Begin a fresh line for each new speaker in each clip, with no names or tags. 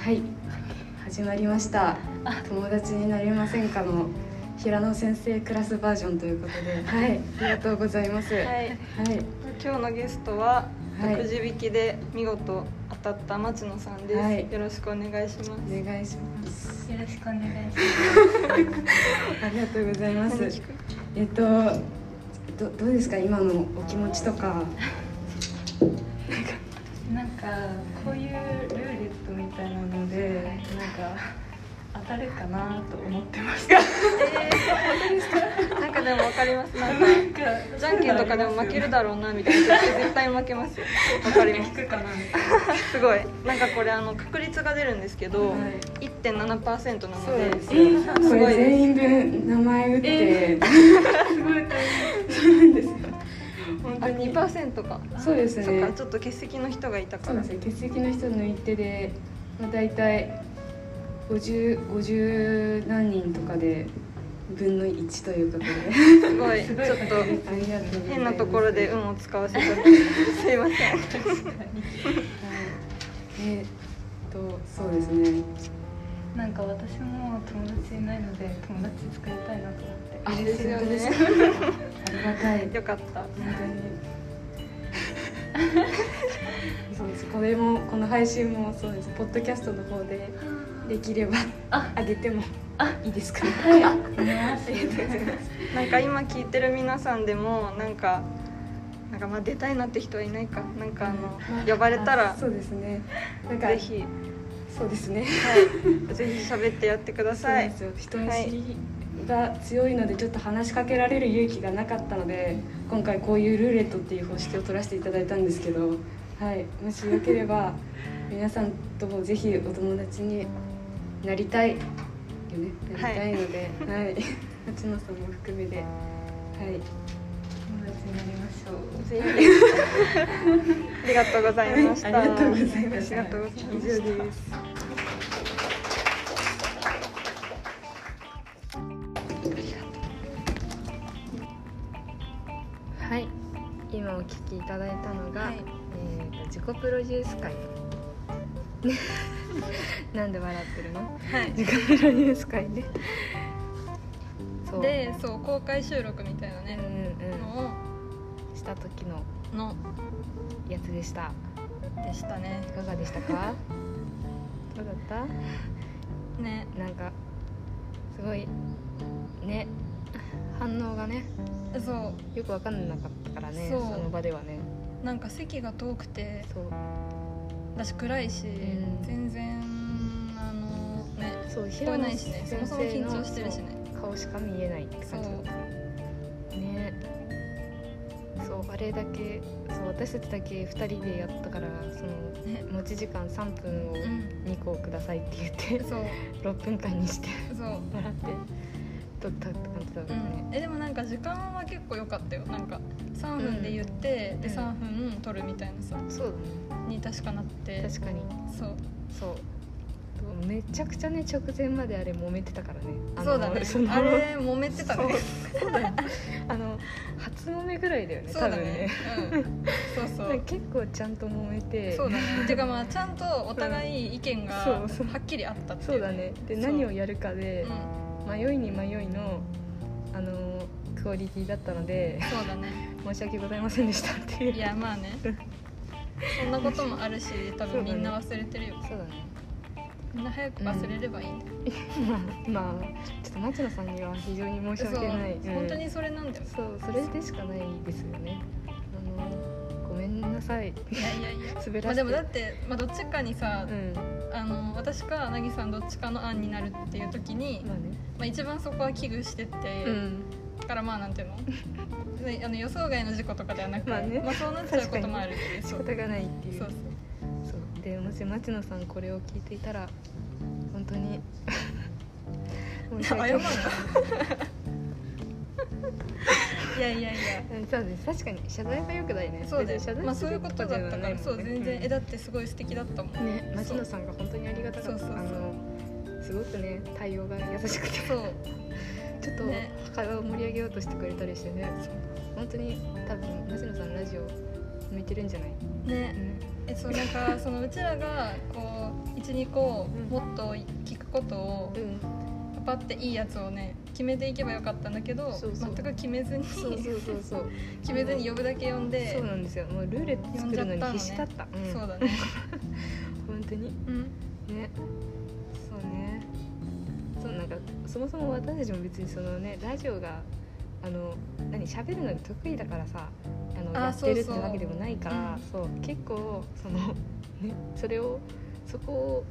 はい始まりました
あ
「友達になりませんか?」の平野先生クラスバージョンということではいありがとうございますはい、
はい、今日のゲストは、
はい
くじ引きで見事当たった町野さんです、
はい
よろしくお願いします
お願いします
よろしくお願いします。
ありがとうございます
何聞く
えっとどどうですか今のお気持ちとか
なんかこういうルーレットみたいなのでなんか当たるかなと思ってま した。
なんかでも分かりますなんか
なんか
じゃんけんとかでも負けるだろうなみたいな絶対負けますよ分かりま
聞くかなみたい
すすごいなんかこれあの確率が出るんですけど、
はい
1.7%な
そう
の
なん
で
です
え
よ
ーなんか
こ
すご
れ
いです
全員分名前打って、
えな。すごい大変。
本当に2%か
そうです
そっ
ね
かちょっと欠席の人がいた
そ
か
うな
ら
んですよ欠席の人抜いてで、まあ、大体 50, 50何人とかで分の1ということで
すごいち
す
ょ
ごい
っと
ありがとうございます
変なところで運を使わ せちゃってすいません
えーっとそうですね
なんか私も友達いないので友達作りたいなと思って。
あ
いいですよ
本
ね
当ですかありがたい本
よかった
当にそうですこれもこの配信もそうですポッドキャストの方でできれば
あ
あげてもいいですか
はい。ありがとうございます。
なんか今聞いてる皆さんでもなんかなんかまあ出たいなって人はいないかなんかあの呼ばれたら
そうですねなんか
ぜひは
そうですね
いぜひ喋ってやってくだ
そうな
さ
ん
い
ですよ人見知りが強いのでちょっと話しかけられる勇気がなかったので今回こういうルーレットっていう方式を取らせていただいたんですけど、はい、もしよければ皆さんともぜひお友達になりたいよねなりたいので、はい夏野さんも含めで、はい、
友達になりましょう。
ぜひありがとうございました
ありがとうございました
ありがとうござい
以
ま
上
した
です。
はい、今お聞きいただいたのが、
はい
えーと自己プロデュース会。 なんで笑ってるの？
はい
自己プロデュース会ね。そう。
でそう公開収録みたいな
う
ね
んうん
の
うん。した時の
をの
やつでした。
でしたね
いかがでしたか？どうだっ
ね
た？なんかすごいね反応がね
そ
よく分かんなかったからね
そう
その場ではね。
うなんか席が遠くて
そう
だし暗いし、
ん
全然あのね
そう
聞こえないしねそ
平野
もそ
先
も
生
緊
の
張してるしね
顔しか見えないって感じだったねそうあれだけそう私たちだけ2人でやったからその
ね
持ち時間3分を
うん
2個くださいって言って
そう
6分間にして
そう
もらって撮ったって感じだっ
う
たね
ん、えでもなんか時間は結構良かったよなんか3分で言って、で
うん
3分撮るみたいなさ
そう
に確かなって
だね確かに
そう
そうめちゃくちゃね直前まであれ揉めてたからねの
そうだね
その
あれ揉めてたね
あの初揉めぐらいだよね
そう
多
だ
分
ね
ね
うんそうそ
なん
う
か結構ちゃんと揉めて
そうだねていうかまあちゃんとお互い意見が
そ
は
うそう
っきりあったってい
そうだねで何を
や
やるか
う
で
ん、
迷いに迷いの、あのークオリティだったので
そうだね
申し訳ございませんでしたっていう
いやまあねそんなこともあるし多分みんな忘れてるよ、
そうだね
みんな早く忘れればいいんだよ、
まあまあちょっと町野さんには非常に申し
そう
訳ない、うん
本当にそれなんだよ
そうそれでしかないですよねあのーごめんなさい
いやいやいや
滑らせて、
まあでもだって、まあ、どっちかにさ
う、ん
あの私かなぎさんどっちかの案になるっていう時に、
まあね
まあ、一番そこは危惧してて、
うん
だからまあなんていうの ねあの予想外の事故とかではなく、
まあね
そうなっちゃうこともあるけど
仕
そう
方がないっていう
そう
そうでもし町野さんこれを聞いていたら本当に申し
そう謝
訳
る
ござい
の
ません
いやいやいや
うん そうです確かに謝罪はよくないね
そうだよ
別に謝罪
まあ
す
そうい
る
うことだったから、そう全然えだってすごい素敵だったもん
うんね町野さんが本当にありがたかった
そうそうそう
あのすごくね対応が優しく て
そう
ちょっと
ね
会話を盛り上げようとしてくれたりしてね本当に多分町野さんラジオ向いてるんじゃない、
ねえそうなんかそのうちらがこう12個
ん
もっと聞くことを
うん、
パッていいやつをね決めていけばよかったんだけど
そうそう
全く決めずに
そうそうそうそう
決めずに呼ぶだけ呼んで
そうなんですよもうルーレット作るのに必死だったうん、
そう だね
本当に
うん
ねそうねそうなんかそもそも私たちも別にそのねラジオがあの何喋るのが得意だからさあの
あ
やってるって
そうそう
わけでもないからそう結構そのねそれをそこ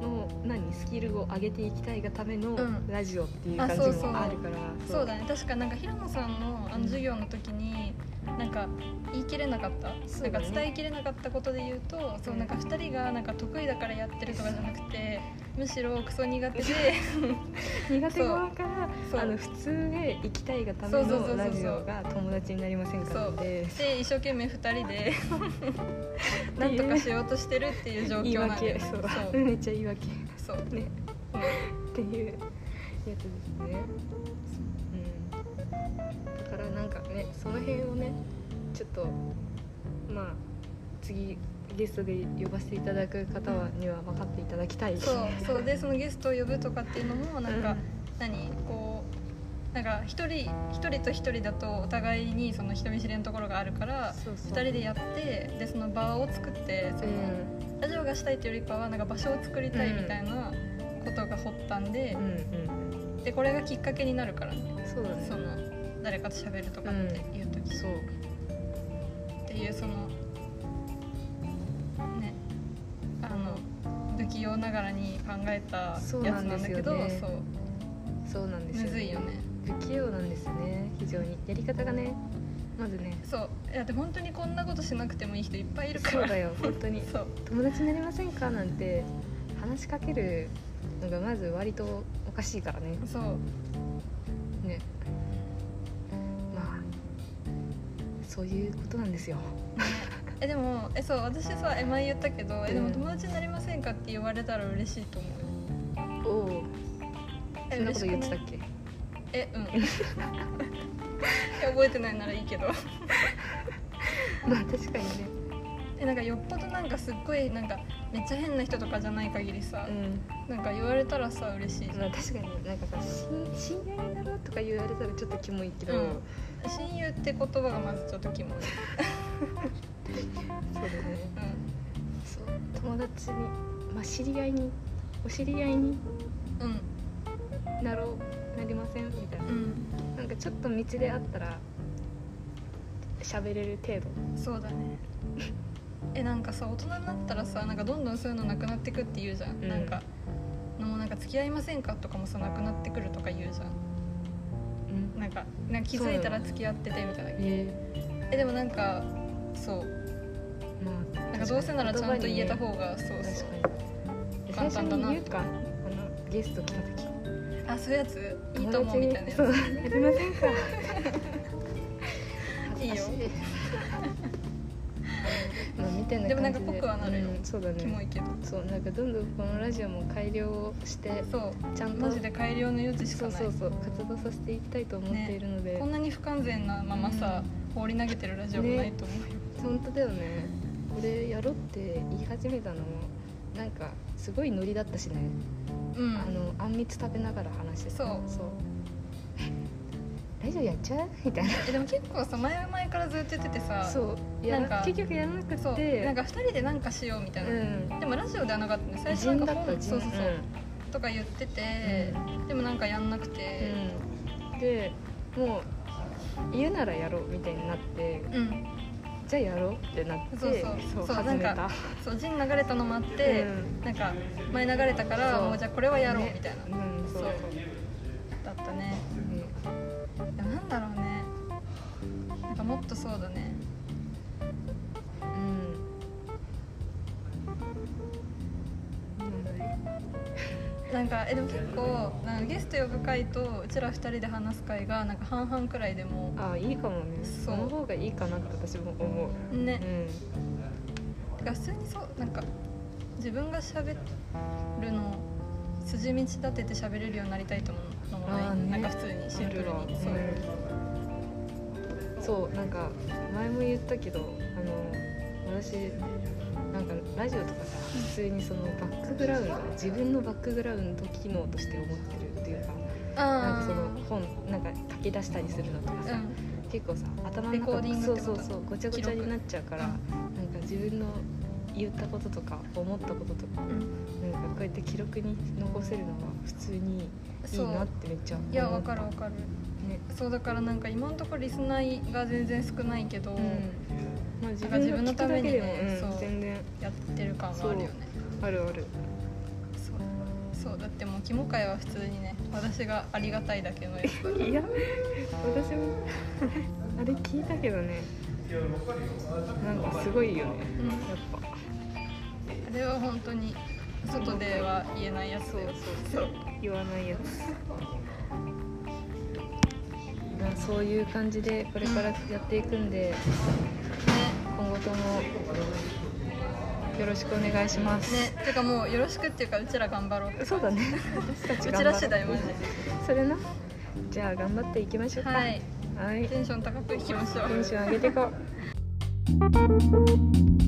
の何スキルを上げていきたいがための
うん
ラジオっていう
あ
感じ
そうそう
もあるから、
そうだね確かなんか平野さんのあの授業の時になんか言い切れなかった、
そ
な
うんだ
か
ね
伝えきれなかったことで言うとそうなんか2人がなんか得意だからやってるとかじゃなくてむしろクソ 苦手で
苦手側から
そう
あの普通へ行きたいがため
そうそうそうそ
の
う
ラジオが友達になりませんかって
で一生懸命2 人でなんとかしようとしてるっていう状
言い
況なん
訳
で
そ
そうう
めっちゃ言い訳
そう
ねっていうやつですね。うん、だからなんかねその辺をねちょっとまあ次ゲストで呼ばせていただく方はには分かっていただきたい。
そうそうでそのゲストを呼ぶとかっていうのもなんか、
うん
何こうなんか一人一人と一人だとお互いにその人見知りのところがあるから
そうそう
2人でやってでその場を作ってその、
う
ラジオがしたいというよりかはなんか場所を作りたいみたいなことが発端で
ん、うん
でこれがきっかけになるからね
うんそうだね
その誰かと喋るとかっていう時、
そう
っていうそのねあの不器用ながらに考えたやつ
そうな
なんん
で
だ
すよね
けどそう,、
そうなんですよ、
むずいよね
不器用なんですよね非常にやり方がねまずね
そういやで本当にこんなことしなくてもいい人いっぱいいるか
そう
ら
だよ本当に
そう
友達になりませんかなんて話しかけるのがまず割とおかしいからね
そう
ねまあそういうことなんですよ
えでもえそう私さえ前言ったけどえで
う
も
ん
友達になりませんかって言われたら嬉しいと思う
おお
え
そんなこと言ってたっ
嬉し
け
くないえうんいや覚えてないならいいけど
まあ確かにね
えなんかよっぽどなんかすっごいなんかめっちゃ変な人とかじゃない限りさ、
う
なんか言われたらさ嬉しいじゃん
んまあ確かになんかさ「し親愛だろ」とか言われたらちょっとキモいけど、
うん親友って言葉がまずちょっとキモい、
そうだね
う
そう友達にまあ知り合いにお知り合いに
ん、うん
なろうなりませんみたいな
うん
なんかちょっと道であったら喋れる程度
そうだね えなんかさ大人になったらさなんかどんどんそういうのなくなってくって言うじゃん、
ん
なんかもうなんか付き合いませんかとかもさなくなってくるとか言うじゃん
うん
なんかなんか気づいたら付き合っててみたいな
え
えでもなんかそう
まあ
なんかどうせならちゃんと言えた方がそうそう
確か
簡
に最
単
初
だ
に
な
言うかあのゲスト来た時
あそういうやついいと思うみたいなやつ
そうやりませんか
いい
恥
よ
ずかしまあみたいな感じ
でもなんか濃くはなるよ
うんそうだ
キモ
ね
いけど
そうなんかどんどんこのラジオも改良をして
そう
ちゃんと
マジで改良の余地しか
そう
ない
そうそう活動させていきたいと思っているので、
こんなに不完全なままさ、放り投げてるラジオもないと思うよ、
本当だよねこれやろって言い始めたのもなんかすごいノリだったしね、
うん
あのあんみつ食べながら話してた
そう
そうラジオやっちゃうみたいな
えでも結構さ前々からずっと言っててさ
そうやら
なんか
結局やらなく
そう
て
なんか2人でなんかしようみた
う
いな、
ん
でもラジオではなかったね最初な
人
ん
だ
か
っ
本
た人
そうそうそう、
う
とか言ってて、でもなんかやんなくて
ん、うん、でもう家ならやろうみたいになって
うん、
じゃあやろうってなって
そうそうそう
始め
な
た
んかそう陣流れたのもあって、なんか前流れたから
そう
もうじゃあこれはやろうみたいな、
うん、うん、そう
そうだったね
うん
いやなんだろうねなんかもっとそうだね
うん
なんかえでも結構なんかゲスト呼ぶ回とうちら2人で話す回がなんか半々くらいでも
あいいかもねそ
そう
の方がいいかなって私も思う、
ね
う
てか普通にそうなんか自分がしゃべるの筋道立てて喋れるようになりたいと思うのも
あ
な
ー
い、
ね
なんか普通に
ん、
シンプルにそう
うそうなんか前も言ったけどあの私なんかラジオとかさ普通にそのバックグラウンド自分のバックグラウンド機能として思ってるっていうかなんかその本なんか書き出したりするのとかさ、
う
結構さ頭の
レコ
中
ーディン
そ
グっ
うそう
てこと
そうごちゃごちゃになっちゃうからなんか自分の言ったこととか思ったこととか、なんかこうやって記録に残せるのは普通に
ん
いい
そ
なっ
う
てめっちゃ思った
いやわかるわかる
ね
そうだからなんか今のところリスナーが全然少ないけど、
まあ、自
なんか
分
自分
の聞
の
く
た
だ
め
け
に
で
ね
も、うん
そう
全然
やってる感はあるよね
あるある
そうそうだってもうキモ会は普通にね私がありがたいだけのやつだから
いや私も あれ聞いたけどねなんかすごいよね
うん
やっぱ
あれは本当に外では言えないやつ
そう
だよ
そう言わないやつまあそういう感じでこれからやっていくんで、今後ともよろしくお願いします、
ねねてかもうよろしくっていうかうちら頑張ろう
そう だね私た
う
ち
ち
頑張
ら
ろう
次第マジ
それなじゃあ頑張っていきましょう
で
か
はい
はい
テンション高くいきましょう
テンション上げていこう